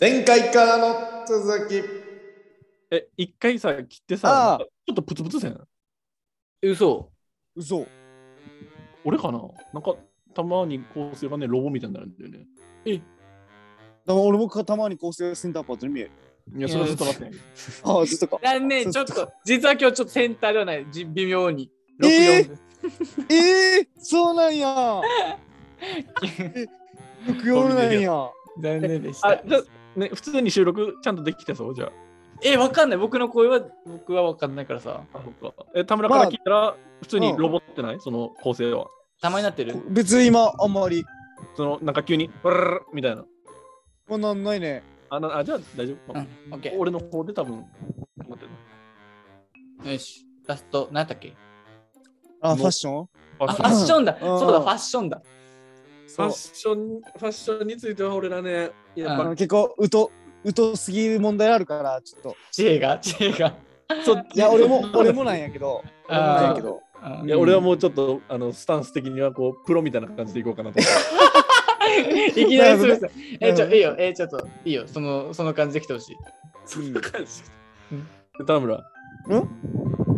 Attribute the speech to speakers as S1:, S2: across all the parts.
S1: 前回からの続き。
S2: え、一回さ、切って
S3: あ
S2: さ
S3: あ、
S2: ちょっとプツプツせん。
S3: 嘘
S1: 嘘。
S2: 俺かななんか、たまに構成がね、ロボみたいになるんだよね。
S1: でも俺もたまに構成センターパートに見える。
S2: いや、それはずっと待ってん。
S1: ああ、ずっとか。
S3: 残念、ちょっと、実は今日ちょっとセンターではない、じ微妙に。
S1: えー
S3: 64
S1: ええそうなん や。木曜日なんや。
S4: 残念でし
S3: あ
S4: た。
S2: じゃあね、普通に収録ちゃんとできてそうじゃ
S3: え、わかんない。僕の声は、僕はわかんないからさ。
S2: あ。あそっかえ、田村から聞いたら、普通にロボってないその構成は。
S3: たまになってる。
S1: 別に今あんまり。
S2: その、なんか急に、ブルルルルみたいな。
S1: こんなんないね。
S2: あ、なあじゃあ大丈夫
S3: う
S2: か
S3: ん、オッケ
S2: 俺の方で多分、待ってね
S3: ー。よし。ラスト、何だったっけ
S1: あ、ファッション
S2: ファ
S3: あ、
S2: ッシ
S3: フ
S2: ョ
S3: ァ
S2: ン
S3: ッションだ。
S1: うん
S3: そうだ、ファッションだ。
S4: ファ
S1: そう
S4: ッ。ション、ファッションについては俺らね、やっ
S1: あ
S4: ぱ
S1: の結構うと、うとすぎる問題あるから、ちょっと。
S3: 知恵が、知恵が。
S2: そっち
S1: いや、俺も、俺もなんやけ ど。俺もなんやけど。
S3: あー
S2: いや俺はもうちょっとあのスタンス的にはこうプロみたいな感じでいこうかなと思って。
S3: いきなりするさ。え、ちょ、
S1: うん
S3: いいよ。え、ちょっと、いいよ。その、その感じで来てほしい。
S4: そんな感じ。
S2: で田村。ん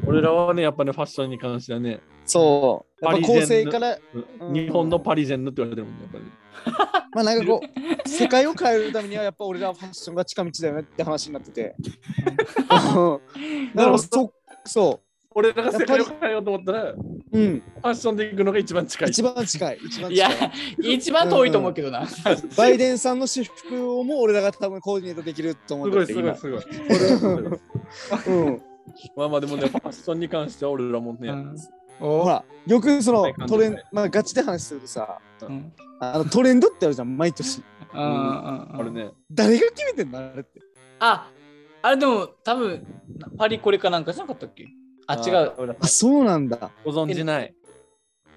S2: 俺らはね、やっぱね、ファッションに関してはね、
S1: そう。やっぱ構成から、
S2: うん
S1: うん
S2: 日本のパリジェンヌって言われてるもんね、やっぱり。
S1: まあなんかこう、世界を変えるためにはやっぱ俺らはファッションが近道だよねって話になってて。 うんだからそ、そ
S2: 俺らが世界を変えようと思ったら、フ
S1: う。うん。
S2: ァッションで行くのが一番近い。
S1: 一番近い。一番
S3: いや
S1: 近い。、
S3: 一番遠いと思うけどな。
S1: バイデンさんの私服をもう俺らが多分コーディネートできると思
S2: す
S1: うん
S2: ご
S1: だ
S2: い
S1: け
S2: す
S1: ど
S2: ごい
S1: 今
S2: すごい。俺はすごい
S1: うん。
S2: まあまあでもね、ファッションに関しては俺らもね、
S3: うん
S1: ほ
S3: お
S1: ら、よくそ
S2: は
S1: の
S2: い感じ
S1: トレン
S2: はい、
S1: まあガチで話するとさ、
S3: うん
S1: あのトレンドってあるじゃん、毎年。
S3: うんうんうん
S2: 俺ね、
S1: 誰が決めてんのあれって。
S3: あ、あれでも多分パリコレかなんかじゃなかったっけあ、違う。
S2: う。
S1: あ、そうなんだ。
S2: ご存じない。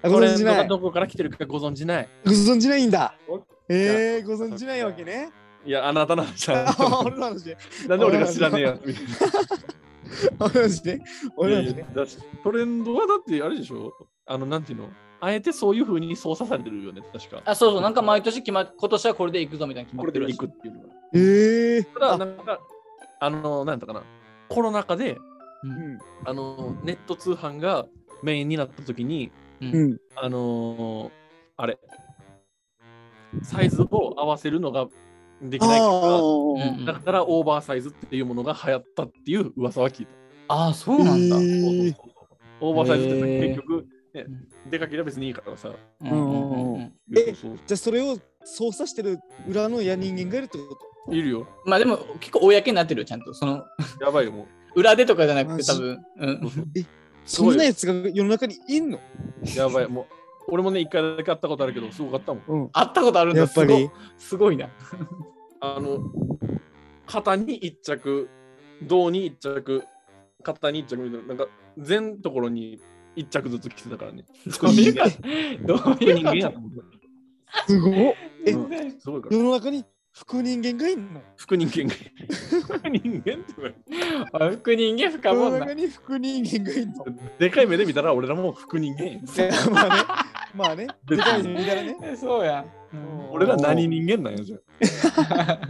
S1: あご
S2: トレ
S1: 存
S2: ン
S1: じ
S2: ド
S1: な
S2: が
S1: い。
S2: どこから来てるかご存じない。
S1: ご存じないんだ
S2: お。
S1: えー、ご存じないわけね。
S2: いや、あなたの話だ
S1: あ俺の話ね。
S2: なんで俺が知らねえやつみたいな。
S1: 俺の話ね。俺の話
S2: い
S1: ね
S2: や。いやだしトレンドはだってあれでしょあの、なんていうのあえてそういうふうに操作されてるよね、確か。
S3: あ、そうそう、なんか毎年決まっ今年はこれで行くぞみたいな決ま
S2: これ
S3: って
S2: で
S3: るらし
S2: 行
S3: い
S2: くっていうのは。
S1: えー。
S2: ただ、なんか、あの、なんだったかな。コロナ禍で、
S1: うん。
S2: あの、ネット通販がメインになった時に、
S1: うん。
S2: あのーあれ、サイズを合わせるのができ
S1: あ
S2: ない
S1: あ
S2: か
S3: うんうん
S2: ら、だからオーバーサイズっていうものが流行ったっていう噂は聞いた。
S3: あ、そうなんだ。
S1: え
S3: う
S1: ー
S2: オーバーサイズってさ
S3: へー
S2: 結局、ね、出かけりゃ別にいいからさ。
S3: んうんうん
S1: え
S2: そうそ
S1: じゃあそれを操作してる裏のや人間がいるってこと
S2: ういるよ。
S3: まあでも結構公になってるよ、ちゃんと。その
S2: やばいよ、もう。
S3: 裏でとかじゃなく
S1: マ
S3: て
S1: ジ
S3: 多分。うん
S2: す
S1: そ
S2: ごいよ
S1: んなやつが世の中にいんの
S2: やばい、もう。俺もね、一回だけ会ったことあるけど、すごかったもん。
S1: うん。
S3: 会ったことあるんだ
S1: やっぱり。
S3: すごいすごいな。
S2: あの、肩に一着、胴に一着、肩に一着みたいな、なんか、全ところに一着ずつ着てたからね。
S3: どういうか、どう
S2: 人
S3: いう
S2: 間や
S3: か。
S2: と思う
S1: すごっえ
S2: うんすごいから。
S1: 世の中に副人間がいんの
S2: 副人間が。副人間って言われて
S3: あ服人間深
S1: 世
S3: も
S1: の
S3: んな
S1: 中。に副人間がいんの
S2: でかい目で見たら、俺らも副人間や。
S1: いやまあね。 まあね。でかいみたいなね。
S3: そうやん。
S2: 俺ら何人間なんやじゃん。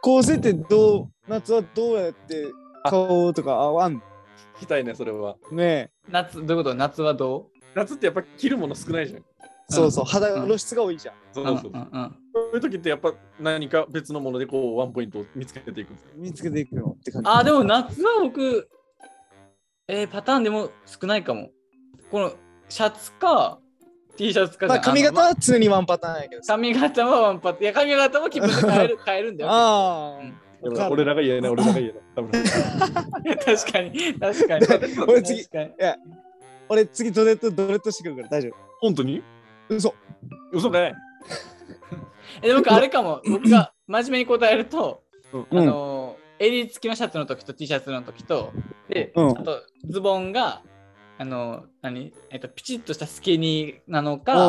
S1: 構成ってどう、夏はどうやって
S2: あ
S1: 顔とか合わん
S2: 聞きたいね、それは。
S1: のね
S3: 夏、どういうこと夏はどう
S2: 夏ってやっぱ着るもの少ないじゃん。
S1: え。そうそう、肌の露出が多いじゃん。
S2: そううんそうそ
S3: う
S2: うん
S3: うん。
S2: そういう時ってやっぱ何か別のものでこうワンポイントを見つけていくんですか
S1: 見つけていくのって感じ。
S3: あーでも夏は僕、えーパターンでも少ないかも。このシャツか T シャツかじ
S1: ま
S3: ゃ
S1: あ
S3: ん
S1: 髪型
S3: あのま
S1: は常にワンパターンやけどさ。
S3: 髪型はワンパッいや髪型も気分で 変える変えるんだよ。
S1: あ
S3: うん
S2: やばい俺らが 言えない、俺らが言えない。多分
S3: 確かに確かに。
S1: あ。俺次、
S3: 確かに
S1: 俺次ドレッド、ドレッドしてくるから大丈
S2: 本当に
S1: 夫。嘘。
S2: 嘘ね。
S3: えで僕あれかも。僕が真面目に答えると、
S2: うん
S3: あのー襟付きのシャツの時と T シャツの時と、で、
S1: うん
S3: あとズボンが、あのー何えっと、ピチッとしたスキニーなの
S1: あ
S3: か、あ、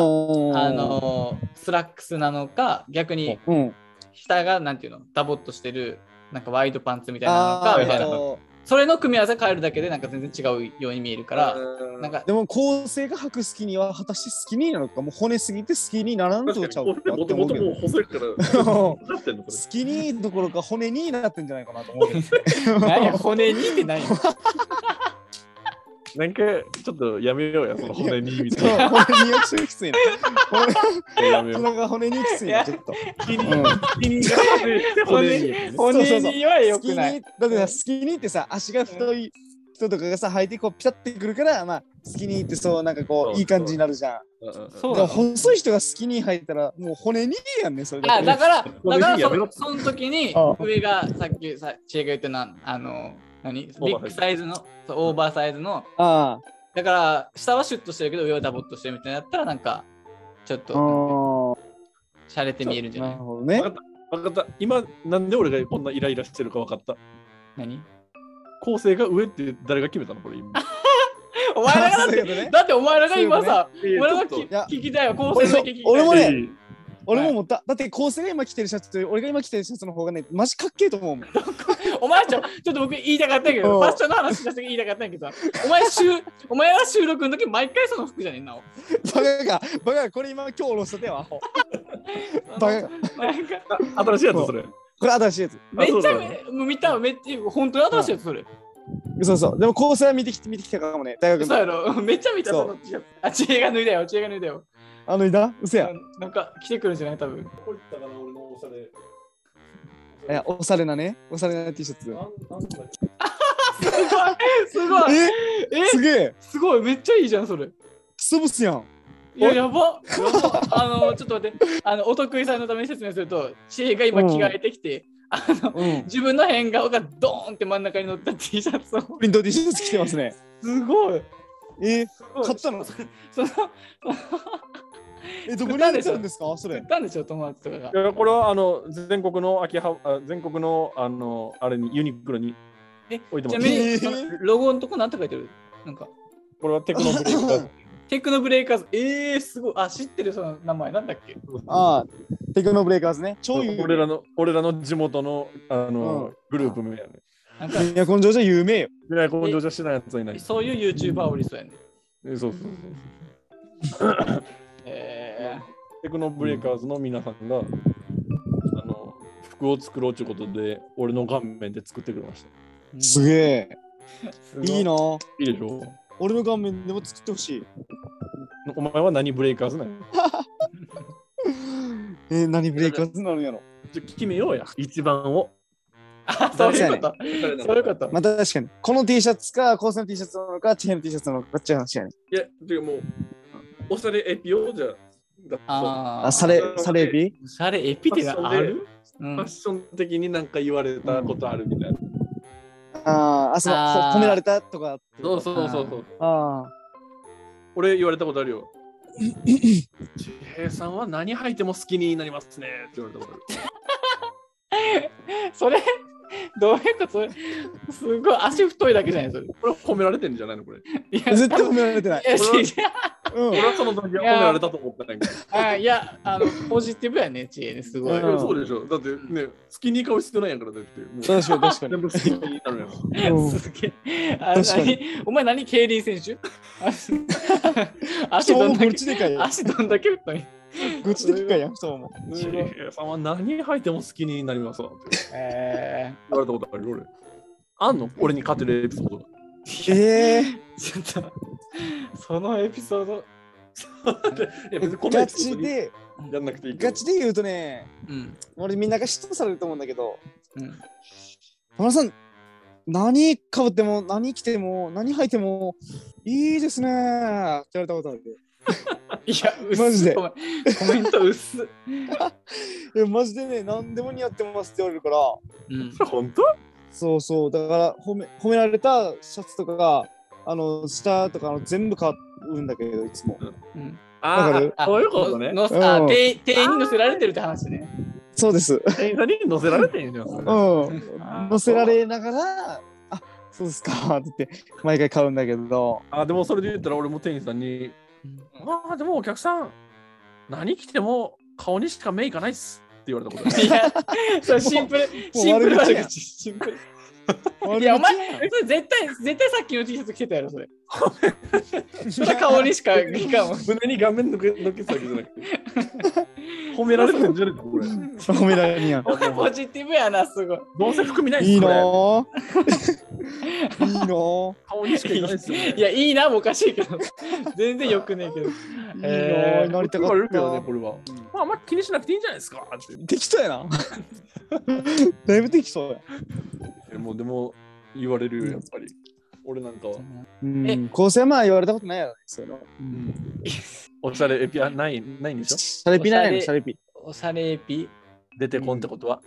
S3: のースラックスなのか逆に
S1: うん。
S3: 下がなんていうのダボっとしてるなんかワイドパンツみたいなの
S1: あ
S3: か
S1: ー
S3: みたい
S1: えっ
S3: な
S1: と
S3: それの組み合わせ変えるだけでなんか全然違うように見えるから、
S4: うん
S3: なんか
S1: でも構成が履くスキニーは果たしてスキニーなのかもう骨すぎてスキニーならん
S2: 確
S1: とち
S2: か
S1: ゃう
S2: に
S1: かな
S2: 俺も
S1: っ
S2: と
S1: て思
S2: も
S1: う
S2: と
S1: け
S2: もう
S1: ど
S2: 細いから、 なってんのこ
S1: スキニーどころか骨になってんじゃないかなと思うけど
S3: 何や骨にってないよ
S2: れ。なんかちょっとやめようや、その骨にみ
S1: ちょ
S2: たい
S1: っと骨に役所きついな骨
S2: な。やめよう。
S1: 体が骨にきついなちょっと
S2: スキニ
S1: うん
S2: ースキニーが骨に
S1: そうそう
S3: 骨
S1: そう
S3: には良
S1: スキ
S3: く
S1: ニ
S3: ない
S1: ーだってさスキニーってさ足が太い人とかがさ履いてこうピタってくるからまあスキニーってそうなんかこ
S2: そう
S1: ういい感じになるじゃん
S3: そう
S1: だ
S3: な
S1: から
S3: の
S1: 細い人がスキニー履いたらもう骨にやんねそれ
S3: あ
S1: け
S3: だから、
S2: これ
S3: だから
S2: やめろ
S3: そその時に
S1: あ
S3: 上がさっきさ知恵が言ってなあの何ビ
S2: オーバーサイズ
S3: ッグサイズのそうオーバーサイズの
S1: あ
S3: だから下はシュッとしてるけど上はダボっとしてるみたいなやったらなんかちょっ
S1: あ
S3: と
S1: ー
S3: 洒落て見えるんじゃな
S1: ないるほどね
S2: 分かった。今、なんで俺がこんなイライラしてるか分かった。
S3: 何
S2: 構成が上って誰が決めたのこれ今。
S3: お前らがだ っ
S1: そういうこと
S3: て
S1: ね
S3: だってお前らが今さ
S2: 俺
S3: 俺らが
S2: ちょっ
S3: き
S2: と
S1: や
S3: 聞きたいよ構成
S1: 俺
S3: だ
S1: も
S3: け聞きたい
S1: 俺もね
S2: いい
S1: 俺も思っただって構成が今着てるシャツと俺が今着てるシャツの方がねマジかっけえと思うもん
S3: お前ちょちょっと僕言いたかったけ
S1: う
S3: ど
S1: ん
S3: ファッションの話した時言いたかったんやけどさお前収お前は収録の時毎回その服じゃねえなお
S1: バカがバカがこれ今今日下ろしたてよアホバカが
S3: なんか
S2: あ新しいやつそれ。
S1: これ新しいやつ
S3: めっ
S2: あそう
S3: ち
S2: だ
S3: ゃ
S2: ね
S3: め見ためっちゃ本当に新しいやつそれ
S1: そうそうでも構成は見てきて見てきたかもね大学
S3: そうや
S1: の
S3: ろ めっちゃ見た
S1: そう
S3: その T シャツあ知恵が脱いだよ知恵が脱いだよ
S1: あのいなうせや
S3: ななんか来てくるんじゃない多 分
S2: これ言ったかな俺のおしゃれ。
S1: いやおしゃれなねおしゃれな T シャツ
S3: すごい
S1: え
S3: え
S1: すげえ
S3: すごいめっちゃいいじゃんそれ
S1: クソブスやん
S3: いや
S1: おい
S3: やばやばあのちょっと待ってあのお得意さんのために説明すると知恵が今着替えてきて、あの
S1: うん
S3: 自分の変顔がドーンって真ん中に乗った T シャツを
S1: プリント T シャツ着てますね
S3: すごい
S1: え
S3: すごい
S1: 買ったの
S3: その
S1: えどこにあげてるんですかそ
S3: 言
S1: れ
S3: ったんでしょ友達とかが
S2: いやこれはあの全国の秋葉あ全国のあのあれにユニクロに
S3: え
S2: 置いて
S3: ちな
S2: ま
S3: み
S2: す。
S1: え
S3: に
S1: ー
S3: そのロゴのとこなんて書いてるなんか
S2: これはテクノブレイク だ。
S3: テクノブレイカーズえー、すごいあ知ってるその名前なんだっけ
S1: ああテクノブレイカーズね超有
S2: 俺
S1: 名
S2: らの俺らの地元のあの、
S1: うん
S2: グループ名やね。
S3: なんか
S1: いや根性じゃ有名よ
S2: 未来工場じゃしないやつはいない。え
S3: そういう YouTuber おりそうやね。
S2: そうそうそう。
S3: え
S2: テクノブレイカーズの皆さんが、あの服を作ろうということで俺の顔面で作ってくれました。
S3: ー、
S1: すげえいい
S2: の
S1: ない
S2: いでしょ
S1: 俺の顔面でも作ってほしい
S2: お前は何ブレイカーズなんや
S1: えー、何ブレイカーズなのやろ
S2: ちょ決めようや。一番を。
S3: あそういうこと。そういうこと。
S1: まあ確かに。この T シャツか、コースの T シャツなのか、チェーンの T シャツなのかっていう話やね。
S4: いや、でも、おしゃれエピオじゃ、だってフ
S3: あー
S1: あ、サレ、サレビ
S3: おしゃれエピテがある、う
S2: ファッ
S3: ん、
S2: ション的になんか言われたことあるみたいな。
S1: あーあ、そう、
S3: あー
S1: ほ褒められたとか。
S2: そうそうそうそう。
S1: あ
S2: 俺言われたことあるよ。ちへさんは何履いても好きになりますねって言われたことある。
S3: それ、どういうことそれすごい足太いだけじゃないそれ。
S2: これ褒められてんじゃないのこれ。
S3: い
S1: あ。
S3: や
S1: 絶対褒められ てない。
S3: いや
S2: 俺は
S3: 違う
S1: うん。
S2: 俺はその時は褒められたと思ったんやけど。
S3: あいや、あの、ポジティブやね、知恵ね、すごい。
S1: うん
S2: いやそうでしょ。だってね、好きに顔してないやんからだって。もう
S1: 確かに確か
S2: 全部好きになるやん。
S1: に。うん
S3: すげえ。あ
S1: 確かに
S3: 何お前何競輪選手足
S1: 太も
S3: どん
S1: も
S3: だ
S1: 愚
S3: け
S1: 痴でかいや
S3: 足どんだけ太い
S1: ん。愚痴でかいやん、太もも。
S2: ちへさんは何履いても好きになりますわって
S3: え
S2: 言われたことあるよ俺。あんの俺に勝てるエピソードが。
S1: ええ
S3: ー、ちょっとそのエピソード、
S2: いや別にこのエ
S1: ガ
S2: ピソー
S1: チ
S2: ドに
S1: で、
S2: やんなくていいけど
S1: ガチで言うとね、
S3: うん
S1: 俺みんなが嫉妬されると思うんだけど、
S3: うん、
S1: 田村さん、何かぶっても、何着ても、何履いても、いいですねーって言われたことある。
S3: いや、薄
S1: マジで
S3: ごめんコメント薄っ。
S1: いや、マジでね、何でも似合ってますって言われるから、
S3: うん
S2: それ本当
S1: そうそう、だから褒め褒められたシャツとかが、あの、下とかの全部買うんだけど、いつも。
S3: うん
S1: わかる
S3: あ
S2: そういうことね
S3: のあ
S1: うん
S3: 店員店員に乗せられてるって話ね。
S1: そうです。 う
S2: 店員さんに乗せられてんじゃん。それ
S1: ん。
S3: あ
S1: 乗せられながら、あそうですかって言って、毎回買うんだけど、
S2: あ、でもそれで言ったら俺も店員さんに、ああ、でもお客さん、何着ても顔にしか目いかないっすって言われたことある。
S3: いや、そうシンプル、シンプル悪口。シンプルいや、お前、それ絶対、絶対さっきの T シャツ着てたや ろ、それ。それ顔にしかい かんもん。
S2: 胸に顔面のけのけてたわけじゃなくて。 褒められてるんじゃねえか、これ。
S1: 褒められるやん。
S3: お前、ポジティブやな、すごい。
S2: どうせ含みないっす
S1: いいな
S2: これ
S1: ぁ。いいなぁ。
S2: 顔にしかいないっすよね。
S3: いや、いいなもおかしいけど。全然よくねえけど。
S1: いいな
S3: え
S1: ぁ。
S3: ー
S1: なりたか
S2: これ
S1: っ
S2: るけどね、
S1: た
S2: こ。れは。まあ、あんま気にしなくていいんじゃないですかって。
S1: できそうやな。 だいぶできそうや。
S2: えもうでも言われるよ、やっぱり。俺なんかは。
S1: うん
S3: え
S1: 高専前言われたことないやろね、そういうの。
S2: おしゃれエピはないないんでしょ
S1: シャレピないの、
S3: おし
S1: シ
S3: ゃ
S1: ャレピ。
S3: おしゃれエピ。
S2: 出てこんってことは。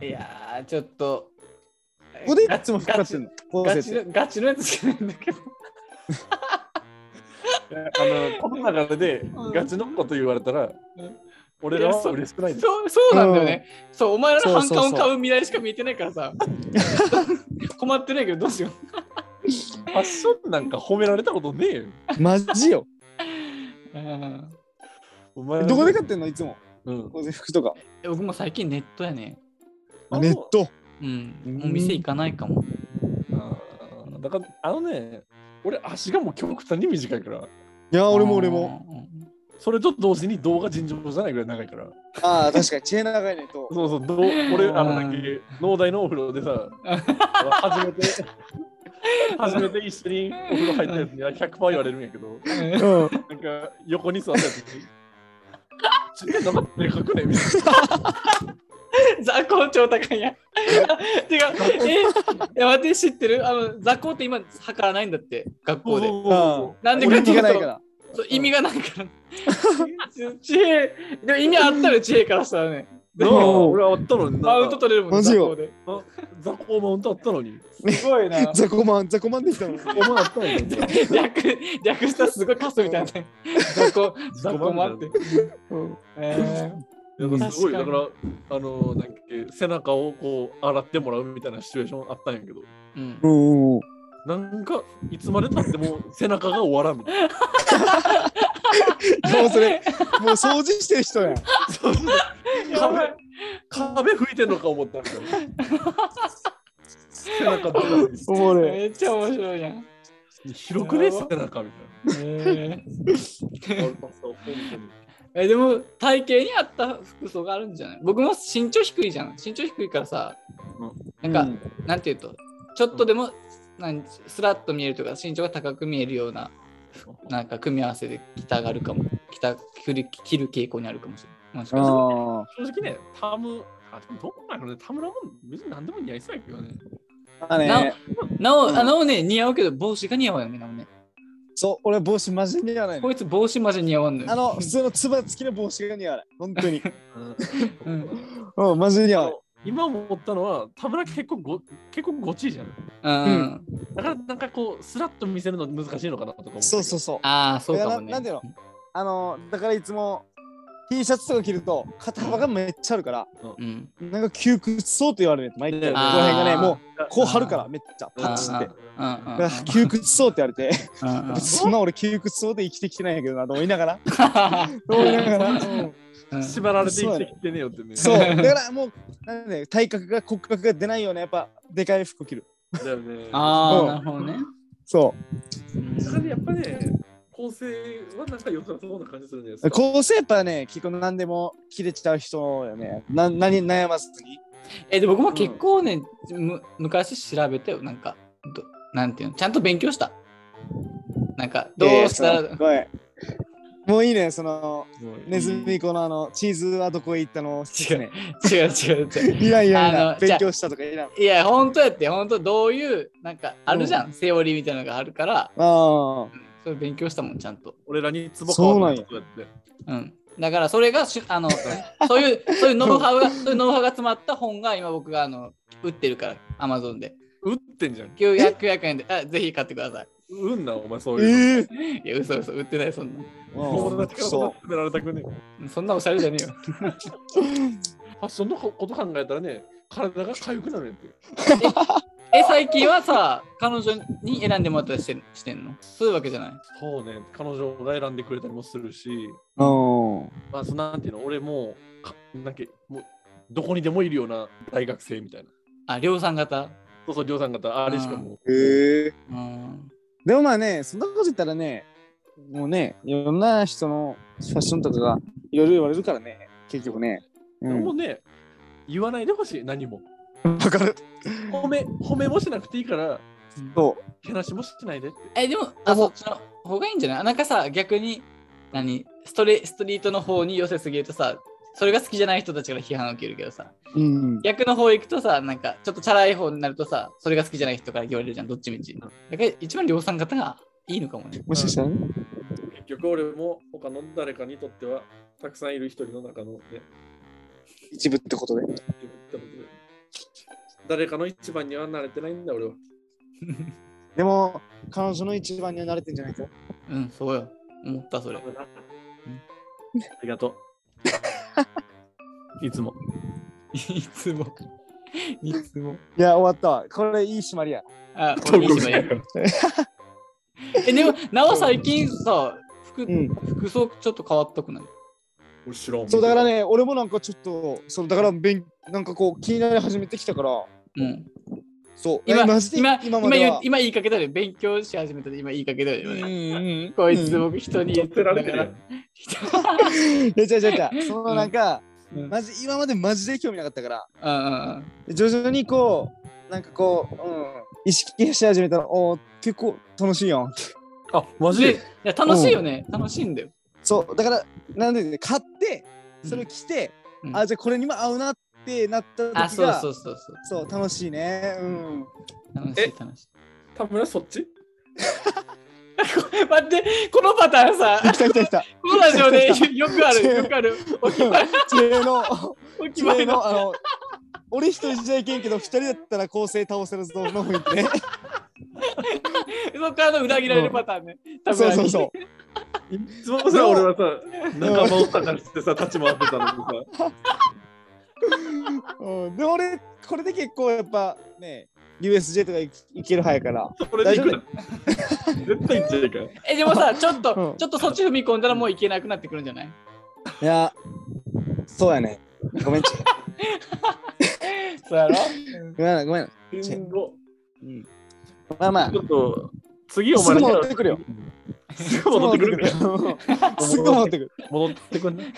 S3: いやー、ちょっと。
S1: ここでい
S3: ガ
S1: つも引っかかってんの。高
S3: ガチ
S1: 専
S3: のガチのやつしかないんだけど。
S2: あの、この中で
S3: うん
S2: ガチのこと言われたら
S3: うん、
S2: 俺らは嬉しくないです。
S3: そうそうなんだよね。そう、お前の
S1: そう
S3: 反
S1: そう
S3: 感を
S1: そう
S3: 買う未来しか見えてないか らさ。困ってないけど、どうしよ
S2: フ
S3: う。
S2: ァッションなんか褒められたことねえよ。
S1: マジよ。
S3: うん
S2: お前
S1: どこで買ってんのいつも。
S2: うん。
S1: 高専服とか。
S3: え僕も最近ネットやね。
S2: あ
S1: ネット。
S3: うん。お店行かないかも。
S2: あーだから、あのね、俺足がもう極端に短いから、
S1: いや、俺も俺も。
S3: うん。
S2: それと同時に動画尋常じゃないぐらい長いから。
S1: ああ、確かに。知恵長いねと。
S2: そうそう、どう俺、あの、だっけ、農大のお風呂でさ、初め て、初めて一緒にお風呂入ったやつには100%言われるんやけど、
S3: うん
S1: うん。
S2: なんか横に座ったやつ に、ちっちゃい黙って書くねみたい
S3: 雑魚超高いやん。てか、え、いや待って、知ってるあの、雑魚って今、測らないんだって、学校で。
S2: な。
S3: なんで
S1: 俺
S3: かっ
S1: に聞
S3: てい
S1: かな
S3: う
S1: いか
S3: と、
S1: ら。
S3: そう意味がないから。知恵、でも意味あったら知恵からしたらね、
S2: な あ、俺はあったのにな。
S3: マウント取れるもんね、
S1: マジ
S3: 雑
S1: よ
S3: 魚で。
S2: 雑魚マウントあったのに。
S3: すごいな。
S1: ザコマン、ザコマンできたの。
S2: お前あったの に。
S3: 略略したらすごいカスみたいなね。雑魚、雑魚もあって。
S1: うん
S3: え
S2: なんかすごい、だ
S3: 確
S2: か、
S3: から
S2: あの、なんか背中をこう洗ってもらうみたいなシチュエーションあったんやけど、
S3: ーうん
S1: うんうん。
S2: なんかいつまでたっても背中が終わらんみたいな。
S1: もうそれ、もう掃除してる人やん。
S2: そうそう
S3: やばい
S2: 壁拭いてんのか思ったみたいな。背中どう
S1: おもろい。
S3: めっちゃ面白いやん。
S2: 広くね背中み
S3: え
S2: たい
S3: ー
S2: な。本当に
S3: えでも体型に合った服装があるんじゃない僕も身長低いじゃん身長低いからさ、なんか、なんていうとちょっとでも、なんスラッと見えるとか身長が高く見えるようななんか組み合わせで着たがるかも着た着る着る傾向にあるかもしれないもしかしたら
S1: あ
S2: 正直ね、タム、あ、でもどうなのね、タムラも別に何でも似合いそうやけどね。
S1: あ。あね、
S3: なお、
S1: うん
S3: あなおね似合うけど帽子が似合わんよねなおね
S1: そう、俺帽子マジで似合わないの
S3: こ。いつ帽子マジ似合わんのよ
S1: あの、普通のつば付きの帽子が似合わない。本当に。
S3: うん
S1: うん、マジで似合
S2: あ
S1: わない
S2: の。今思ったのは、田村結構ご結構ごちいじゃん。
S3: うん、
S1: うん
S2: だからなんかこう、スラッと見せるの難しいのかなとか思
S1: そうそう
S2: う。
S1: そう。
S3: ああそうかも
S1: いやな
S3: ね
S1: なんていうのあの、だからいつも T シャツとか着ると肩幅がめっちゃあるから、
S3: うん
S1: なんか窮屈そうと言われるね。毎回、
S2: ね
S1: この辺がね、
S3: あー
S1: もうこう張るから、めっちゃパッチンって。
S3: うん
S1: だから窮屈そうって言われて、
S3: うんうんうん
S1: そんな俺窮屈そうで生きてきてないんやけどなと思いながら、思いながら、うん
S3: うん
S2: 縛られて生きてきてねえよってね。
S1: そう、だからもう、なんで、体格が骨格が出ないような、やっぱ、でかい服着る。
S2: だよね。
S3: あ
S1: う
S3: あ、
S1: ん
S3: なるほどね。
S1: そ
S2: だからねやっぱね、構成はなんか良さそうな感じするんです
S1: う。
S2: よ。
S1: 構成やっぱね、結構何でも着れちゃう人よね。な何悩まずに。
S3: えで僕も結構ね、む昔調べてよ、なんか、どなんていうの、ちゃんと勉強した。なんか、どうした
S1: えー
S3: ら
S1: す、ごい。もういいね、その、
S2: すごい
S1: ネズミ子のあの、チーズはどこへ行ったの
S3: 違う違う違う違う。
S1: いらんいらんいら
S3: あ
S1: ん
S3: の
S1: 勉強したとかいらん。
S3: いや、本当やって、本当どういう、なんか、あるじゃん、セオリーみたいなのがあるから、
S1: あ
S3: うんそれ勉強したもん、ちゃんと。
S2: 俺らにツボ
S1: そうなんや
S2: やって。
S3: うん。だから、それがし、あの、そういう、そういうノウハウが、そういうノウハウが詰まった本が、今僕が、あの、売ってるから、アマゾンで。
S2: 打ってんじゃん。
S3: 900 900円で、あぜひ買ってくださ
S2: うんな、お前そう
S1: あ。
S2: いうの。
S1: ええ。
S3: い。いや、嘘嘘、売ってない、そんな。
S2: 友達から
S1: そ
S2: 褒められたくねえ。
S3: そんなおしゃれじゃねえよ。
S2: ファッションのこと考えたらね、体が痒くなるんやって。
S3: え、最近はさ、彼女に選んでもらったりしてんしてんのそういうわけじゃない。
S2: そうね、彼女が選んでくれたりもするし、
S1: う。うん。
S2: まあ、そんなんていうの、俺もう、かなんかもう、どこにでもいるような大学生みたいな。
S3: あ、量産型。
S2: そうそう、量産型、あれしかも。
S1: へえ
S3: うん
S1: でもまあね、そんなこと言ったらね、もうね、いろんな人のファッションとかがいろいろ言われるからね、結局ね。う
S2: で
S1: ん、
S2: も
S1: わ
S2: ね、言わないでほしい、何も。
S1: かる。
S2: 褒め、褒めもしなくていいから、
S1: そう。
S2: けなしもしないでって。
S3: え、でも、
S1: あ
S3: あ、
S1: も
S3: そうっちの方がいいんじゃないなんかさ、逆に、何ストレストリートの方に寄せすぎるとさ、それが好きじゃない人たちから批判を受けるけどさ、
S1: うん、
S3: 逆の方行くとさ、なんかちょっとチャラい方になるとさ、それが好きじゃない人から言われるじゃん、どっちみち。だから一番量産型がいいのかもね。
S1: もしかしたらね。
S4: 結局俺も他の誰かにとってはたくさんいる一人の中のね
S1: 一部ってことで。
S4: 自分ってことで誰かの一番にはなれてないんだ俺は
S1: でも、彼女の一番には慣れてんじゃないか。
S3: うん、そうよ。思った、それ。
S2: ありがと う。いつ も。
S3: いつも。いつも。
S1: いや、終わったわ。これいい締まりや。
S3: あ、俺三島やるえ、でも、なお最近さ、服
S1: うん。
S3: 服装ちょっと変わったくない
S4: 俺知らん
S1: そうだからね、俺もなんかちょっと、そうだから勉、なんかこう、気になり始めてきたから、
S3: うん。
S1: そう。
S3: 今、
S1: マ
S3: 今、
S1: ジで
S3: 今
S1: まで
S3: 言
S1: は
S3: 今言いかけたで、勉強し始めたで、今言いかけたで、
S1: うん
S3: ね。
S1: うんうん。
S3: こいつ僕人に言って
S4: てら
S3: たか
S4: れてるや
S3: ら
S4: ん。
S3: 人
S1: いや、違う違う違う。そのなんか、
S3: うんうん
S1: マジ、今までマジで興味なかったから、
S3: うんうんうん。
S1: 徐々にこう、なんかこう、うん、意識し始めたら、おー結構楽しいやん。
S2: あ、マジ
S3: で、い
S2: で
S3: や楽しいよね。楽しいんだよ。
S1: そう、だから、なんで、ね、買って、それを着て、
S3: うん
S1: あ、じゃあこれにも合うなってなった時が、
S3: あ、そうそうそうそう。
S1: そう楽しいね。うん。
S3: 楽しい楽しい。
S4: 田村そっち
S3: 待って、このパターンさ、
S1: 来た来た来た。
S3: このラジオでよくあ る、よくある。お決まり、
S1: 綺麗の、
S3: お決
S1: 綺
S3: まり
S1: 麗
S3: の。
S1: の、あの、俺一人じゃいけんけど、二人だったら構成倒せるぞの雰囲気ね。
S3: そっからの裏切られるパターンね。多分
S1: そうそうそう。
S4: いつもさ俺はさ仲間を探してさ立ち回ってたのにさ
S1: うん、で俺これで結構やっぱね USJ とか行き行ける派やから
S4: それでいくな絶対行っちゃいかん
S3: え、でもさ、ちょっと
S1: う、ん
S3: ちょっとそっち踏み込んだらもういけなくなってくるんじゃない
S1: いやそうやねごめんち
S3: そうやろ
S1: ごめんなごめんな、
S4: しんど
S1: うん、まあまあ
S4: ちょっと次お
S1: すぐ
S4: 前
S1: 戻ってくるよ
S4: すぐ戻ってくるから
S1: すぐ戻ってくる
S2: 戻ってくんね。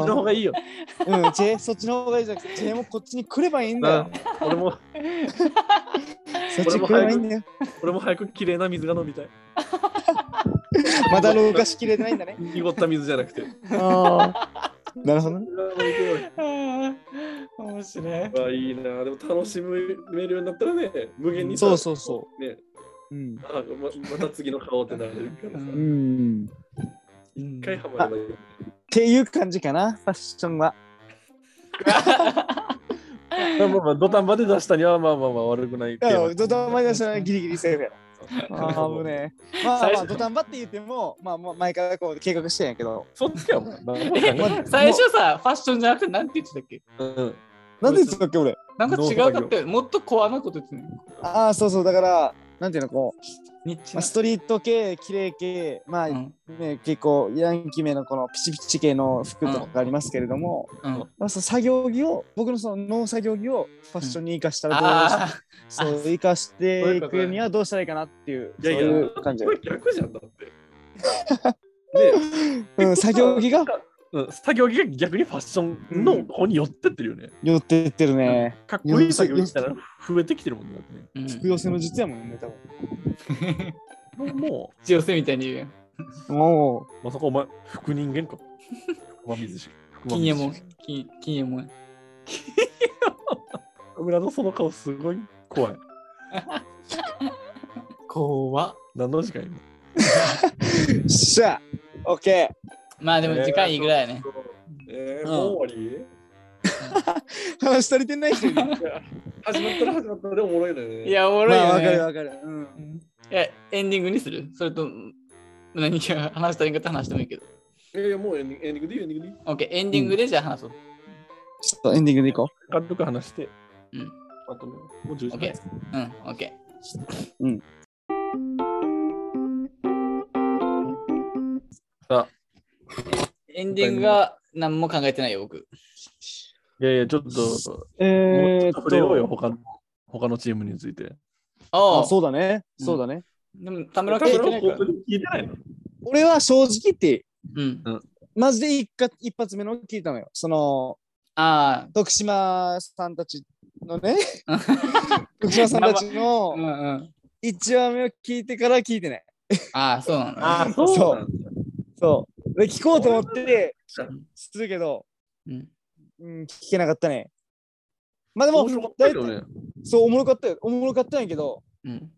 S2: そっちの方がいいよ。
S1: あうんチェそっちの方がいいじゃなくてチェもこっちに来ればいいんだ よ
S4: な俺も
S1: そっちに来ればいいんだよ
S4: 俺も早く綺麗な水が飲みたい
S1: まだ老化しきれてないんだ ね
S4: 濁った水じゃなくて
S1: ああなるほどね
S3: 面白い。
S4: まあいいなでも楽しめるようになったらね無限にさ
S1: そうそうそう
S4: ね
S1: ううん
S4: あままた次の顔ってなれるからさ
S3: う
S1: うんっ
S4: 一回ハマればいい
S1: ていう感じかなファッションは
S2: まあまあまあ、土壇場で出したにはまあまあまあ悪くない
S1: い
S2: テ
S1: や
S2: ーマ。
S1: 土壇場に出したらギリギリセーフやろ。ああ、危ね え。まあま
S3: 最
S1: あ、
S3: 初
S1: 土壇場って言っても、まあ、もう前からこう計画してんやけど。
S2: そっちやもん。まあまあ
S1: まあ
S3: 最初さ、ファッションじゃなくて、なんて言ってたっけ
S2: うん
S1: なんで言ってたっけ、俺。
S3: なんか違うかったよ。もっとコアなこと言ってね。
S1: ああ、そうそう、だから、なんていうの、こう、
S3: ニッチ
S1: ま
S3: な
S1: あ、ストリート系、綺麗系、まあ、
S3: う
S1: ね、
S3: ん
S1: 結構、ヤンキーめのこのピチピチ系の服とかがありますけれども、
S3: うん
S1: まあ、その作業着を、僕のその農作業着をファッションに生かしたらどうし、
S3: あ
S1: そう、生かしていくにはどうしたらいいかなっていう、
S4: いやいや
S1: そういう感じ
S4: こ。れ逆じゃんだって
S1: うん、作業着が
S2: うん、作業着が逆にファッションの方に寄ってってるよね。
S1: 寄ってってるね。
S2: かっこいい作業着したら増えてきてるもんね。
S3: ー。うん
S1: 服寄せの実やもんね、多分。
S2: もうも
S3: 口寄せみたいに言うやん。
S1: も
S2: う、まさかお前、服人間か。 福間水し。福間水
S3: 金右衛
S2: し
S3: 門。金金右衛門。
S2: 村のその顔すごい怖い。
S3: 怖っ。
S2: 何の時間今
S1: う。しゃあ、オッケ
S3: まあでも時間いいぐらいやね。
S4: えー、もう終わり
S1: ー。話し足りてない人いる。
S4: い や始まったら始まったらでもおもろいのよね
S3: いや、おもろい
S1: まあ、わ
S3: よ
S1: か
S3: ね
S1: る。わかる。うん。
S3: うんいや、エンディングにするそれと、うん何か話したいんか話してもいいけど。
S4: いやいやもうエンディングエンディングでいいエンディングでいい
S3: OK、エンディングでじゃあ話そう。
S1: ちょっとエンディングでいこ
S2: 軽く話して、
S3: うん。
S2: あとね、もう10時間
S3: OK。うん、OK。エンディングが何も考えてないよ、僕。
S2: いやいや、ちょっと、
S1: う。
S2: もうちょ
S1: え
S2: っと触れようよ、他の。他のチームについて。
S3: あ
S1: あ
S3: あ、
S1: そうだね。
S3: うん
S1: そうだね。
S3: でも田
S4: 田村
S3: 村
S4: 君
S3: 君
S1: 聞
S3: 聞
S1: い
S4: 本
S1: てな
S3: いてないいか
S4: 当に聞いてないの
S1: 俺は正直言っていい、
S3: ら。うん。
S1: マジで一か一発目の聞いたのよ。その、
S3: あ
S1: 徳島さんたちの ね、徳島さんたち
S3: あ、うんう
S1: の
S3: ん。
S1: 一話目を聞いてから聞いてない。
S3: ああ、そうなの。
S4: ああ、そうなんだ。
S1: そう。で、聞こうと思って
S3: うん、
S1: するけど、
S3: うん
S1: うん、聞けなかったね。まあでも
S2: 面白かったけどね。
S1: そう、おもろかったよ。おもろかったんやけど、
S3: うん。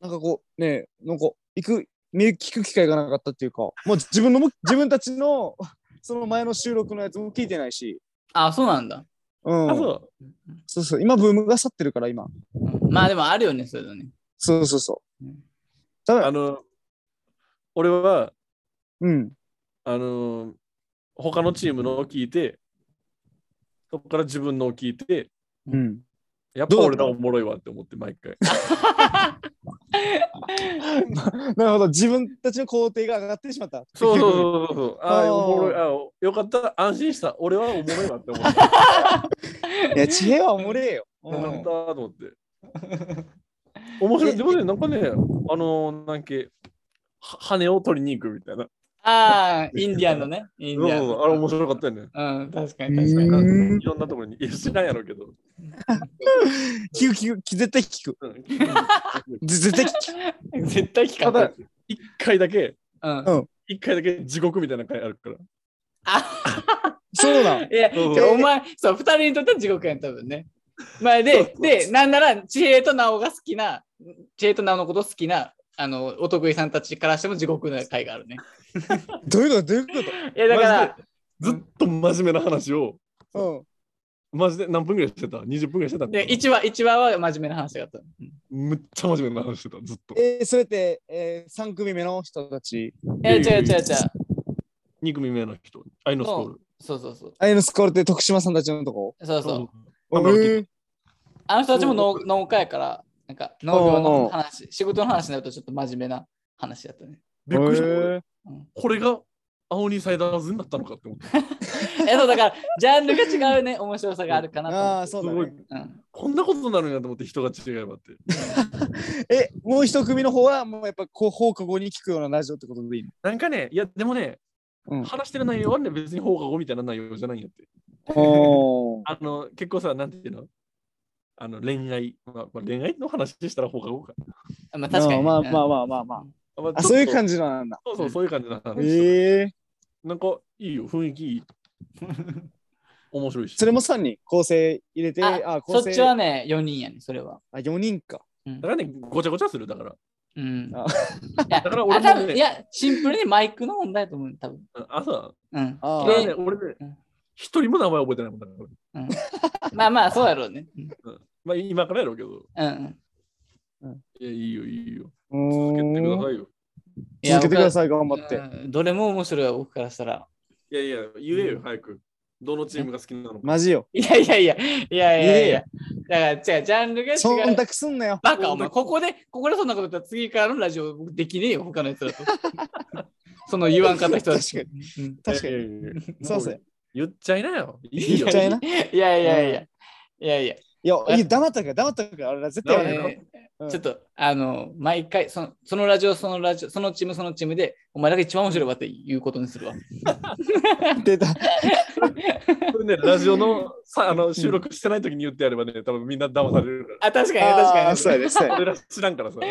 S1: なんかこう、ねえ、なんか、行く、見る、聞く機会がなかったっていうか、もう自分のも、自分たちの、 その前の収録のやつも聞いてないし、
S3: ああ、そうなんだ。
S1: うん。
S2: あ、
S1: そう
S2: そ
S1: そう今、ブームが去ってるから、今。
S3: うんまあでもあるよね、そういうのね。
S1: そうそうそう
S3: うん。
S1: た
S2: う。あ
S1: だ、
S2: の、俺は、
S1: うん。
S2: あの、他のチームのを聞いて、そこから自分のを聞いて、
S1: うん。
S2: やっぱ
S1: どうだった
S2: 俺らおもろいわって思って、毎回。
S1: なるほど、自分たちの工程が上がってしまった。
S2: そうそうそ
S1: う。
S2: うそう。 ああ、
S1: あー
S2: おもろい。あーよかった。安心した。俺はおもろいわって思 った。よ
S1: いや、知恵はおもれえよ。う
S2: かった
S1: ん。
S2: と思って。面白い。でもね、なんかね、あのー、なんか、は羽を取りに行くみたいな。
S3: ああ、インディアンのね。イン
S2: そう
S3: ディ
S2: そう
S3: アン
S2: そう
S3: の。
S2: あれ面白かったよね。
S3: うん、確かに確かに。
S2: なんか
S1: うん
S2: いろんなところに。いや、知らんやろうけど。
S1: 聞く聞く、絶対聞く。
S2: うん
S1: ぜ絶対聞く。
S3: 絶対聞
S2: た
S3: かな
S2: だ
S3: い。、
S2: 一回だけ、
S3: うん。
S2: 一回だけ地獄みたいな回あるから。
S3: あ
S1: そうなん。
S3: いや、
S2: そう
S1: そう
S3: お前、そう、二人にとっては地獄やん、多分ね。まあ、で、で、なんなら、知恵と直が好きな、知恵と直のこと好きな、あの、お得意さんたちからしても地獄の会があるね。
S1: どういうことどういうこ
S3: いや、だから、
S2: ずっと真面目な話を、
S1: とうん。
S2: マジで何分ぐらいしてた ?20 分ぐらいしてた
S3: で1話、一話は真面目な話があった。うん
S2: むっちゃ真面目な話してた、ずっと。
S1: えー、それって、えー、3組目の人たち、
S3: いや、違う違う違う。
S2: 2組目の人、アイノスコール。
S3: そうそうそう。
S1: アイノスコールって徳島さんたちのとこ
S3: そうそう。
S2: あなるほど
S1: えー
S3: あの人たちも農農家やから、なんか農業の話、仕事の話になるとちょっと真面目な話だったね。
S2: びっくりした。
S1: へ
S2: 俺
S1: ー
S3: うん
S2: これが青にサイダーズになったのかって思って。
S3: え、そうだから、ジャンルが違うね、面白さがあるかなと思
S1: ああ、
S3: って。
S1: そうだ、
S2: すごい
S1: ね。
S3: うん
S2: こんなことになるんやと思って人が違えばって。
S1: え、もう一組の方は、もうやっぱ、こう、放課後に聞くようなラジオってことでいいの
S2: なんかね、いやでもね、
S1: うん
S2: 話してる内容はね、別に放課後みたいな内容じゃないんやって。
S1: おー
S2: あの、結構さ、なんていうのあの恋愛、まあまあ、恋愛の話したら放課後か。
S3: まあ確かにね。
S1: まあまあ
S3: うん
S1: まあまあまあ。
S2: あま
S1: あ、そういう
S2: じ。
S1: 感じのなんだ。
S2: そうそう、そういう感じの話。
S1: ええ
S2: なんかいいよ、雰囲気 いい。面白いし。
S1: それも3人、構成入れて、あ、
S3: あ
S1: 構
S3: そっ
S1: 成
S3: ちはね、4人やね、それは。
S1: あ、4人か。
S2: だからね、ごちゃごちゃするだから。
S3: うん。
S1: あ
S3: いや
S2: だから俺もね
S3: あ多分いや、シンプルにマイクの問題だと思う、多分。
S2: うん朝、
S3: うん。
S1: あ
S2: だ
S1: ー
S2: から
S3: で
S2: ね、俺ね
S3: うん、
S2: 一人も名前覚えてないもんだから。
S3: うんまあまあ、そうやろうね。うん
S2: まあ今からやろうけど。
S3: うんうん。
S2: いや、いいよ、いいよ。
S1: う
S2: 続けてくだ
S1: ーん
S2: さいよ。
S1: 続けてくだ
S3: い
S1: さい、頑
S3: や。
S1: 張って。
S3: うんどれも面白いわ、僕からしたら。
S2: いやいや、言えよ、早く。どのチームが好きなのか。
S1: マジよ。
S3: いやいやいや、いやいやいや。だから、違う、ジャンルが違
S1: 忖
S3: う。
S1: 度すんなよ。
S3: バカ、お前、ここで、ここでそんなこと言ったら次からのラジオ僕できねえよ、他のやつらと。その言わんかった人たち。
S1: 確
S3: うん
S1: 確かに。
S2: に
S1: そうそう。
S2: 言っちゃいなよ。いい
S1: 言
S2: よ
S1: っち。ゃいな。い
S3: いやいやいや。いやいや。
S1: や、いや黙ったから、黙ったから、俺ら絶対やらない
S2: な
S1: よ
S2: るほど
S3: えー
S1: うん
S3: ちょっと、あの、毎回その、そのラジオ、そのラジオ、そのチーム、そのチームで、お前だけ一番面白いわっていうことにするわ。
S1: 出 た。
S2: これね、ラジオのさあの収録してない時に言ってやればね、多分みんな騙されるから。
S3: あ、確かに、 確
S1: あ
S3: か
S1: ーそうや
S3: に。
S1: で、そうやで
S2: 俺ら知らんからさ、
S1: うん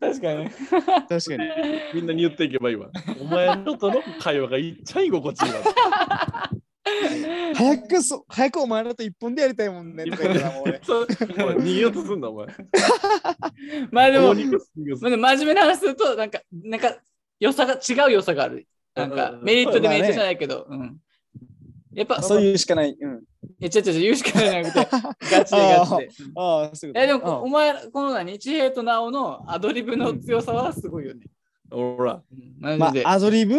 S3: 確かに。
S1: 確かに。
S2: みんなに言っていけばいいわ。お前のとの会話がいっちゃい心地いいわ。
S1: 早くそ、早くお前らと一本でやりたいもんね。とか言ってたもん俺
S2: そうおい逃げようとすんな、お前。
S3: まあで
S2: 逃
S3: も、
S2: げようとすんな
S3: まあでも真面目な話すると、なんか、なんか、良さが、違う良さがある。なん
S2: うんうん
S3: か、
S2: うん
S3: メリットでメリットじゃないけど、うん。やっぱ、
S1: あ そういうしかない。うん。
S3: え、ちゃちゃちゃ、言うしかないなくて、ガチでガチで。
S1: ああ、そういうこと
S3: え、でも、お前、この何、地平と直のアドリブの強さはすごいよね。
S2: ほら。
S3: うん
S1: うん
S3: マ
S1: ま
S3: ジで。
S1: あ、アドリブ、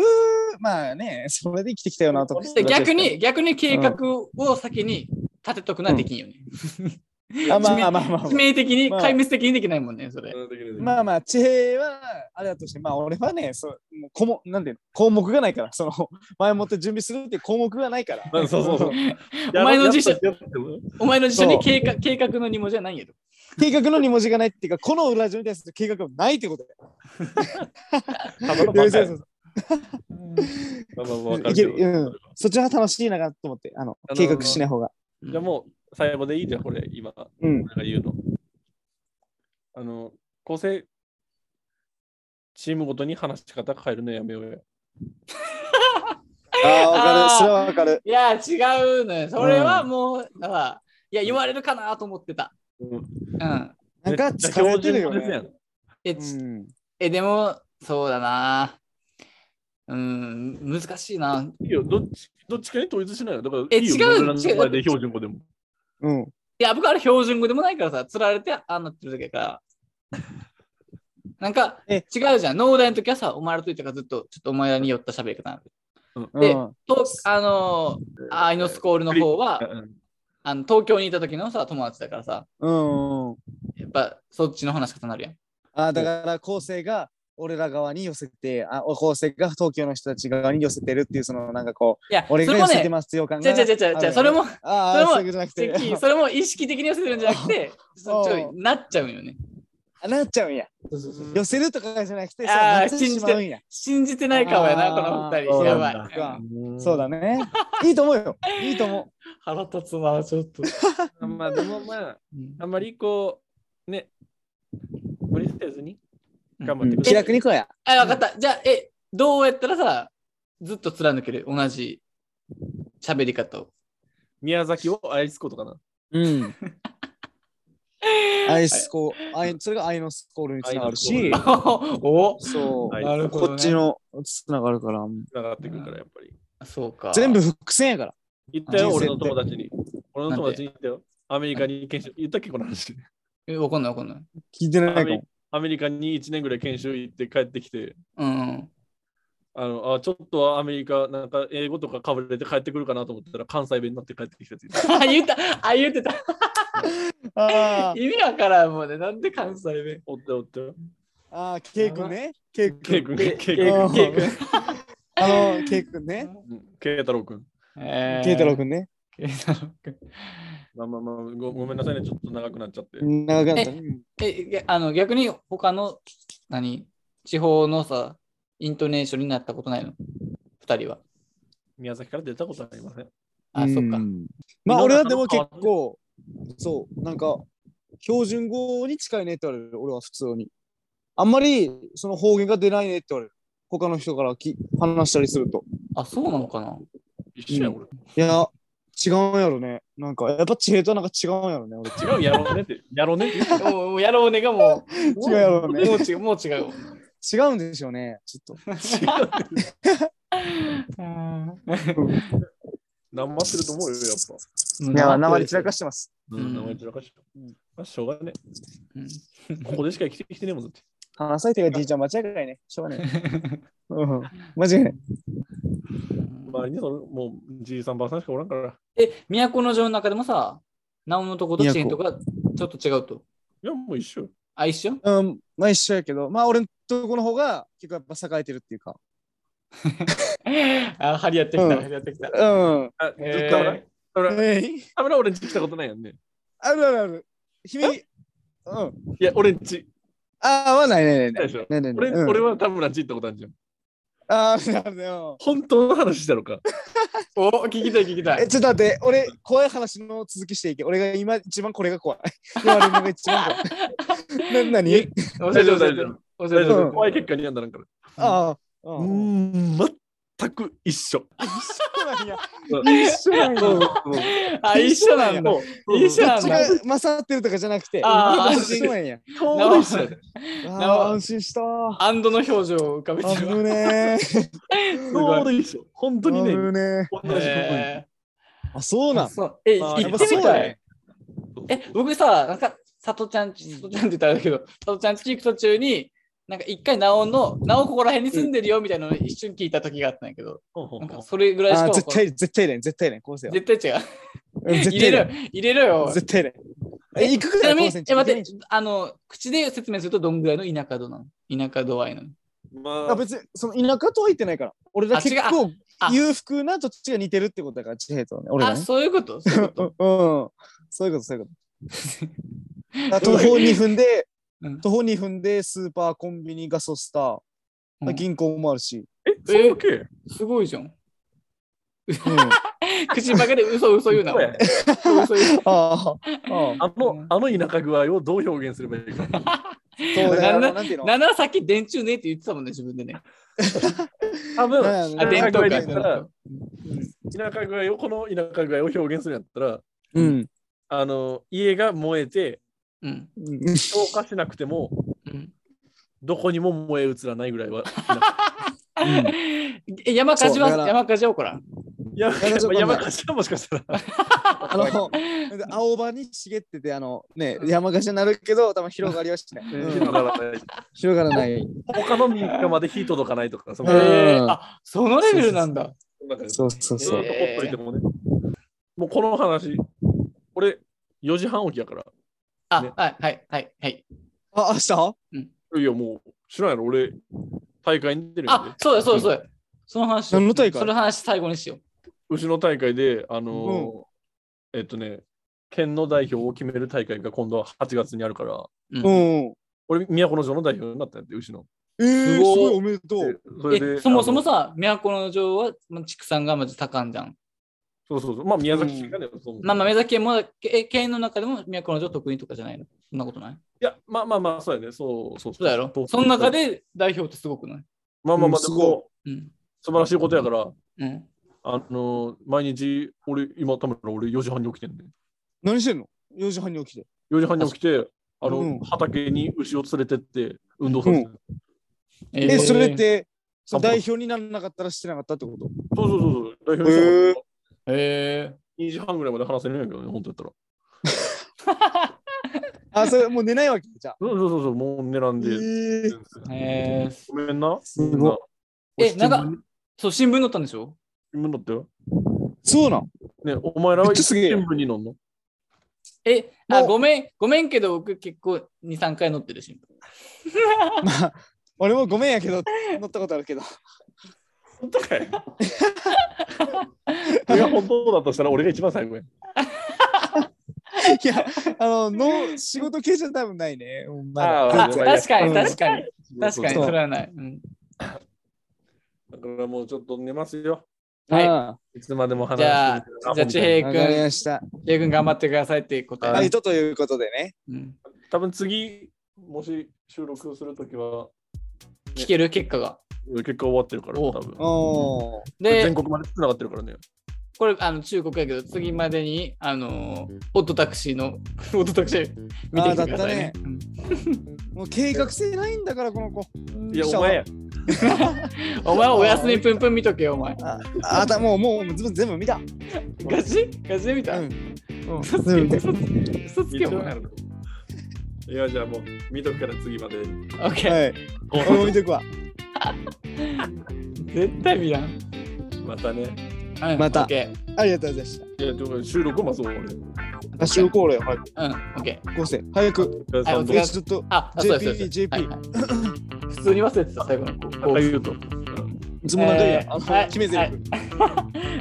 S1: まあね、それで生きてきたよなと。
S3: で逆に、逆に計画を先に立てとくのはできんよね。
S1: あまあまあまあまあ
S3: 致命的に、壊滅的にできないもんね、それ。
S1: まあまあ地平はあれだとしてまあ俺はねそうもう項目なんで項目がないからその前もって準備するっていう項目がないから
S2: うんそうそうそう。
S3: お前の辞書、
S2: やろうやったやった
S3: お前の辞書
S1: そ
S3: に
S1: う
S3: 計画計画の二文字はないんやろ。
S1: 計画の2文字がないっていうかこの裏地に対する計画がないってことだよ
S2: ただのバ カや
S1: そうそう
S2: まあまあわか
S1: い
S2: る
S1: け
S2: け
S1: る
S2: ど
S1: うんそっちの方が楽しいなと思ってあの
S2: あのー
S1: 計画しない方が
S2: じゃあもう最後でいいじゃん、これ、今、
S1: うん
S2: 俺が言うの。あの、構成、チームごとに話し方変えるのやめようよ。
S1: ああわか
S3: あ
S1: る
S3: ー
S1: それはわかる
S3: いや、違うのよ。それはもう、だから、いや、言われるかなと思ってた。
S2: うん
S3: うん。
S1: なんか疲れてるよ
S2: めっちゃ標準語ですや
S1: ね
S2: ん
S3: え、
S1: う
S3: ち
S1: ん
S3: えでも、そうだな。うん、難しいな。
S2: いいよ、どっち、どっちかに統一しないよ。だから、
S3: え
S2: いいよ
S3: 違う
S2: 俺らの名前で標準語でも。
S1: うん
S3: いや、僕あれ標準語でもないからさ、釣られてああなってるだけやから。なんか、違
S1: え
S3: うじゃん。農大の時はさ、お前らといたからずっと、ちょっとお前らに寄った喋り方なの。で
S1: うん
S3: と、あのー、アイノスコールの方は、あの東京にいた時のさ、友達だからさ、
S1: うんうん
S3: やっぱそっちの話し方になるやん。
S1: あーだから後世が俺ら側に寄せてあ後世が東京の人たち側に寄せてるっていうそのなんかこう
S3: いや、それ
S1: 俺が寄
S3: も
S1: せて
S3: ね、
S1: ますよ感
S3: じ
S1: が
S3: ゃじゃじゃじゃじゃ、それも、
S1: ああ、
S3: そ
S1: そ
S3: れ
S1: う
S3: も
S1: じゃなく
S3: せ
S1: て
S3: っ。きそれも意識的に寄せてるんじゃなくて、ちょちょいなっちゃうんよね。
S1: あなっちゃうんや。
S3: そうそうそう
S1: 寄せるとかじゃなくて、そう
S3: あ
S1: な
S3: ー
S1: ってしまうんや。
S3: 信じてない顔やな、この
S1: あー
S3: 二人。やば
S2: そうな
S3: い。
S2: ん
S1: だ
S3: うん
S1: そうだね。いいと思うよ。いいと思
S3: 腹立つな、ちょっと。
S2: まあでもまあ、
S3: うん
S2: あんまりこう、ね、無理せずに頑張ってく
S1: う。
S2: だ
S1: 気
S2: さい。
S1: 楽に行こうや。
S3: あ、わかった。じゃあ、え、どうやったらさ、ずっと貫ける同じ喋り方を。
S2: 宮崎を愛すことかな。
S1: うん。アイスコール、アイそれがアイノスコールにつながるし、
S3: お
S1: そ
S2: は
S1: う、
S2: い
S3: なるほどね
S1: こっちのつながるから、
S2: つながってくるから、やっぱり。
S3: そうか。
S1: 全部伏線やから。
S2: 言ったよ、
S1: 人
S2: 俺
S1: 生って
S2: の友達に。俺の友達に言ったよ。アメリカに研修、言ったっけ、この話。
S3: え。わかんないわかんない。
S1: 聞いてない
S2: ア
S1: か
S2: メ
S1: も。
S2: アメリカに1年ぐらい研修行って帰ってきて、
S3: うん。
S2: あのあちょっとはアメリカ、なんか英語とかかぶれて帰ってくるかなと思ったら、関西弁になって帰ってきたやついた。
S3: あ、言った。あ、言ってた。
S1: あー
S3: 意味わからんもんね。なんで関西弁。
S2: おったよおったよ。
S1: あー、ケイ君ね。ケイ
S2: ケイ
S1: 君。
S2: 君、ケイ君、
S1: あー
S3: ケイ君。
S1: あの、ケイ君ね。
S2: うんケイ太郎君。
S3: えー
S1: ケイ太郎。君ね。
S3: ケイ太郎君
S2: まあまあまあご、ごめんなさいね、ちょっと長くなっちゃって。
S1: 長かった。
S3: え
S1: うん
S3: え、げあの、逆に他の、何、地方のさ、イントネーションになったことないの二人は。
S2: 宮崎から出たことありません。
S3: あ、そっか
S1: う。んまあ
S2: い
S1: 俺
S2: ろ
S1: は
S2: んな
S1: でも結
S2: 顔
S1: 構、そう、なんか、標準語に近いねって言われる、俺は普通に。あんまりその方言が出ないねって言われる。他の人からき話したりすると。
S3: あ、そうなのかな。
S2: 一緒や、俺。
S1: いや、違うんやろね。なんか、やっぱ地平とはなんか違うんやろね。俺
S2: 違う、やろうねって。やろうねって言った。
S3: もうもうやろうねがもう。
S1: 違うやろうね
S3: もう違う、もう違う。
S1: 違うんでしょうね。ちょっと。
S2: なまってると思うよ、やっぱ。
S3: い
S1: いや、生に散らかしてます。
S2: う
S3: うん
S2: ん、なまり散らかし
S1: うん
S2: まあ、しょうがね
S3: うん。
S2: ここでしか生きてきてねえもんだって。
S1: 話されてがじいちゃん間違いないね。しょうがない。うん、間違いない。
S2: 周りにそのもうじいさんばあさんしかおらんから。
S3: え、都城の中でもさ、なおのとことチェーンとかちょっと違うと。
S2: いや、もう一緒よ。
S3: あ、一緒
S1: うん、まあ一緒やけど、まあ俺のとこの方が結構やっぱ栄えてるっていうか。
S3: あ、張り合ってき
S1: うん
S3: た、張り合ってきた。
S1: うん。
S2: あ、ず
S3: え
S2: っ
S3: ー
S2: と俺、
S1: えい
S2: カメラ俺んち来たことないやんね。
S1: あるあるある。姫、うん。
S2: いや、俺んち。
S1: ああ、はないねねね
S2: ないでしょ。
S1: ねねね。
S2: 俺、
S1: うん、
S2: 俺は田村んち行ったことあるじゃん。
S1: あーあるあるよ。
S2: 本当の話したのか。
S3: お、聞きたい、聞きた
S1: え、
S3: い。
S1: ちょっと待って、俺、怖い話の続きしていけ。俺が今一番これが怖い。 言われるのが一番怖い。な、なに
S3: 教え
S2: 大
S3: て、
S2: 丈夫、
S3: 教
S2: 大
S3: えて
S2: 丈夫。。
S3: 教え
S2: 大
S3: て
S2: 丈
S1: う
S2: 夫。
S1: ん
S2: 怖い結果にはならんから。
S1: ああ。
S2: う
S1: うん
S2: ん、全く一緒。
S1: そうなんや
S2: うん
S1: 一緒なんや。
S3: あ、一緒なんだ。
S2: もう
S3: 一緒
S1: ど
S3: な
S1: っ
S3: ん
S1: ち
S3: だ
S1: が。勝ってるとかじゃなくて、
S3: あー
S1: 一緒なんや。
S2: ちょうど一緒やね。
S1: あー安心した。
S3: アンドの表情を浮かべて
S1: 危
S3: る。
S1: ねえ。
S2: ちょうど一緒。本当
S1: 危
S2: にね、
S1: ねえ。
S2: 同じとこに。
S3: え
S1: あ、そうなん。
S3: そうえ、
S1: あ
S3: 行
S1: ーやっぱ
S3: って
S1: そ
S3: み
S1: うだ
S3: た
S1: ね
S3: い。え、僕さ、なんか、さとちゃんち、さとちゃんって言ったらあれだけど、さとちゃんち行く途中に、なんか一回、なおの、なおここら辺に住んでるよみたいなのを一瞬聞いた時があったんやけど、
S2: ほうほう
S3: なん
S2: ほ
S3: か
S2: う
S3: それぐらいし
S1: あ
S3: か
S1: ー
S3: わ
S1: 絶
S3: かん
S1: 対、絶対ね、絶対ね、こうせよ。
S3: 絶対違
S1: う
S3: う。
S1: ん絶対
S3: 入れろよ
S1: ね。、
S3: 入れろよ。
S1: 絶対ね。え、いく
S3: ち
S1: ぐら
S3: ないみ
S1: 高
S3: に
S1: セン、チ
S3: え、待っ
S1: 全
S3: て
S1: 員、
S3: あの、口で説明するとどんぐらいの田舎度なの田舎度合いなの
S2: ま
S1: あ
S2: あ、
S1: 別に、その田舎とは言ってないから。俺ら
S3: あ違
S1: 結
S3: うあ
S1: 構
S3: あ
S1: 裕福な土地が似てるってことだから、地平とはね。俺ら
S3: あ、
S1: ね。
S3: そういうことそういうこ
S1: うん
S3: と。、
S1: そういうこと、そういうこと。 だから徒歩2分で
S3: うん、
S1: 徒歩2分でスーパー、コンビニ、ガソスター、
S3: うん
S1: 銀行もある し。
S2: え、そんだけ
S3: すごいじゃん。
S1: うん、あ
S3: 口ばかで嘘嘘言うな。
S2: そうや
S3: 嘘嘘言う
S1: あ、ああ。
S2: あの、あの田舎具合をどう表現すればいい か。
S1: そうだよ。
S3: なんだ
S1: なんていうの
S3: な。なんならさっき電柱ねって言ってたもんね、自分でね。
S2: 多分、
S1: うん
S3: あ、
S2: 田
S3: 電
S2: 舎具
S3: 灯
S2: 合で
S3: か
S2: 言ったら、田舎具合を、この田舎具合を表現するんやったら、
S1: うん。
S2: あの、家が燃えて、
S3: うん。
S1: うん
S2: 消火しなくても、
S3: うん。
S2: どこにも燃え移らないぐらいは。
S3: え山火事は
S1: そうだから
S3: 山火事は起こらん。
S2: 山
S1: 山椒
S2: 山火事はもしかしたら。
S1: あの、青葉に茂ってて、あの、ね、山がしになるけど、多分広がりはしない。うん
S2: 広がらない
S1: 広がらない。
S2: 他の民家まで火届かないとか、その
S1: うん
S3: えーあ、そのレベルなんだ。
S2: 中でずっ
S1: そうそう
S2: と
S1: そ
S2: ほっ
S1: う。
S2: といてもね。もうこの話、俺、4時半起きやから。
S3: あ、
S2: ね
S3: はいはいはいはい。
S1: あ、明日
S2: いや、もう、知らんやろ、俺、大会に出るんやで
S3: あ、。そうだそうだそうだ。その話しよう。
S1: 何の大会
S3: その話最後にしよ
S2: うちの大会で、あのー、えっとね、県の代表を決める大会が今度は8月にあるから、
S3: う。
S1: う
S3: うん
S1: ん。
S2: 俺、都の城の代表になったんやって、うちの。
S1: えー、
S3: す
S1: す
S3: ごい
S1: ごいおめでとう。
S2: それ
S3: え
S2: で
S3: そもそも
S2: あの
S3: さ、都城はまあ畜産がまず盛んじゃん。
S2: そうそうそう。まあ、宮崎市がね、そう
S3: まあまあ、目崎県もえ県の中でも都城得意とかじゃないのそんなことない。
S2: いや、まあまあまあ、そうやね。そうそう
S3: そうだろその中、で代表ってすごくない
S2: まあまあま
S1: うん
S2: あ、
S1: す
S2: す
S1: ごい
S2: ご
S3: うん。
S2: 素晴らしいことやから、
S3: うん。
S2: あのー、毎日、俺、今、たまら俺4時半に起きてんね。
S1: 何してんの ?4 時半に起きて。
S2: 4時半に起きて、あの、
S1: うん
S2: 畑に牛を連れてって、運動させて、
S1: う
S3: え
S1: え、それって、そ
S2: 散
S1: の
S2: 歩
S1: 代表にならなかったらしてなかったってこと
S2: そうそうそうそう。代表にしたか
S3: えー
S2: ら2時半ぐらいまで話せるんやけどね、本当やったら。
S1: あ、それもう寝ないわけじゃあ。
S2: そうそうそうそう、もう狙ん
S1: え
S2: で。
S1: ー、
S3: えー
S2: ごめんな。
S1: すごい。
S3: え
S2: みんな
S3: なんか、そう、新聞載ったんでしょ
S2: 新聞だったよ。
S1: そうなん
S2: ね、お前ら
S1: めっ
S2: は
S1: ちゃす
S2: 新
S1: げえ
S2: 聞に載んの
S3: え、あ、
S1: もう
S3: ごめん、ごめんけど、僕結構2、3回載ってる新聞。
S1: まあ、俺もごめんやけど、乗ったことあるけど。
S2: 本当かい いや、本当だとしたら俺が一番最後や。
S1: いや、あの、の仕事系じゃ多分ないね。うんまだ
S2: あ
S3: あ、
S2: ー
S1: 全然
S3: 確か
S1: う
S3: に、
S1: ん
S3: 確かに、確かに、
S1: そう
S3: それはない。うん
S2: だからもうちょっと寝ますよ。
S3: はい
S1: あ
S2: いつまでも話
S3: じゃあ
S2: して、
S3: じゃあ、
S2: み
S3: 地
S2: たいな
S1: ーわ
S3: 平
S1: かり
S3: 君、
S1: ました。
S3: 地平君頑張ってくださいっていう答え。
S1: はい、とということでね。
S3: うん
S2: 多分次、もし収録するときは、
S3: 聞ける結果が。
S2: 結果終わってるから、
S3: お
S2: 多分。
S1: おー。
S2: 全
S3: で、
S2: 国まで繋がってるからね。
S3: これ、あの、中国やけど、次までに、あのー、オットタクシーの、 オットタクシー見てきてくださいね
S1: あ。もう計画性ないんだから、この子。
S2: いや、お前や。
S3: うんお前、お休みぷんぷん見とけよ、お前。
S1: あ、あたもう、もう、全部見た。
S3: ガチガチで見た
S1: うん
S3: 嘘つけ
S1: うん
S3: 嘘つけ嘘つけ、お前。
S2: いや、じゃあもう、見とくから次まで。
S3: オッ ケー。
S1: はい。俺も見てくわ。
S3: 絶対見らん。
S2: またね。
S3: うん
S1: また
S3: オッケ
S1: ありがとうございまし
S2: いや、でも収録もそう俺。
S1: た。あ、集合例、はい。
S3: ー。うん、オッケー。
S1: 合成。早く。
S2: お
S3: はいお疲
S1: え
S3: れ
S1: ちょっと、
S3: あ、あそうだ
S1: JP
S3: そうだそうだ
S1: JP
S3: はいはい普通に忘れてた、最後の。
S2: 高
S3: はい
S2: 優斗。
S1: いつもなんか
S3: え
S1: や
S3: ー、
S1: あ
S3: はい
S1: の、決め台詞。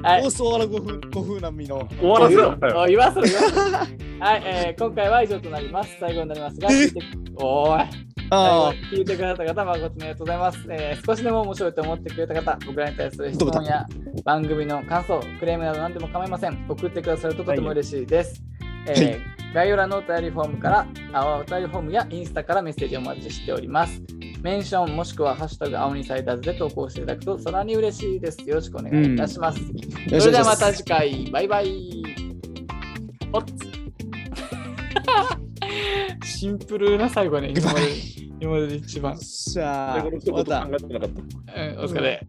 S3: はい
S1: 大沢らご風、ご風並みの。
S2: 終わらせろ。
S3: おい言わせろ言わせろはい、えー、今回は以上となります。最後になりますが、
S1: え
S3: 聞いておーい
S1: あ
S3: 聞いてくださった方、誠にありがとうございます、えー少しでも面白いと思ってくれた方、僕らに対する質問や番組の感想、クレームなど何でも構いません。送ってくださるととても嬉しいです。えー概要欄のお便りフォームから、あお便りフォームやインスタからメッセージをお待ちしております。メンションもしくはハッシュタグ青にサイダーズで投稿していただくとさらに嬉しいです。よろしくお願いいたします。
S1: あ。
S3: それではまた次回、バイバイ。おっつ シンプルな最後ね、今まで今までで一番。
S1: じゃ
S2: 俺
S1: あ、
S2: この一言
S1: また
S2: 考。えてなかった。
S3: うん、お疲れ。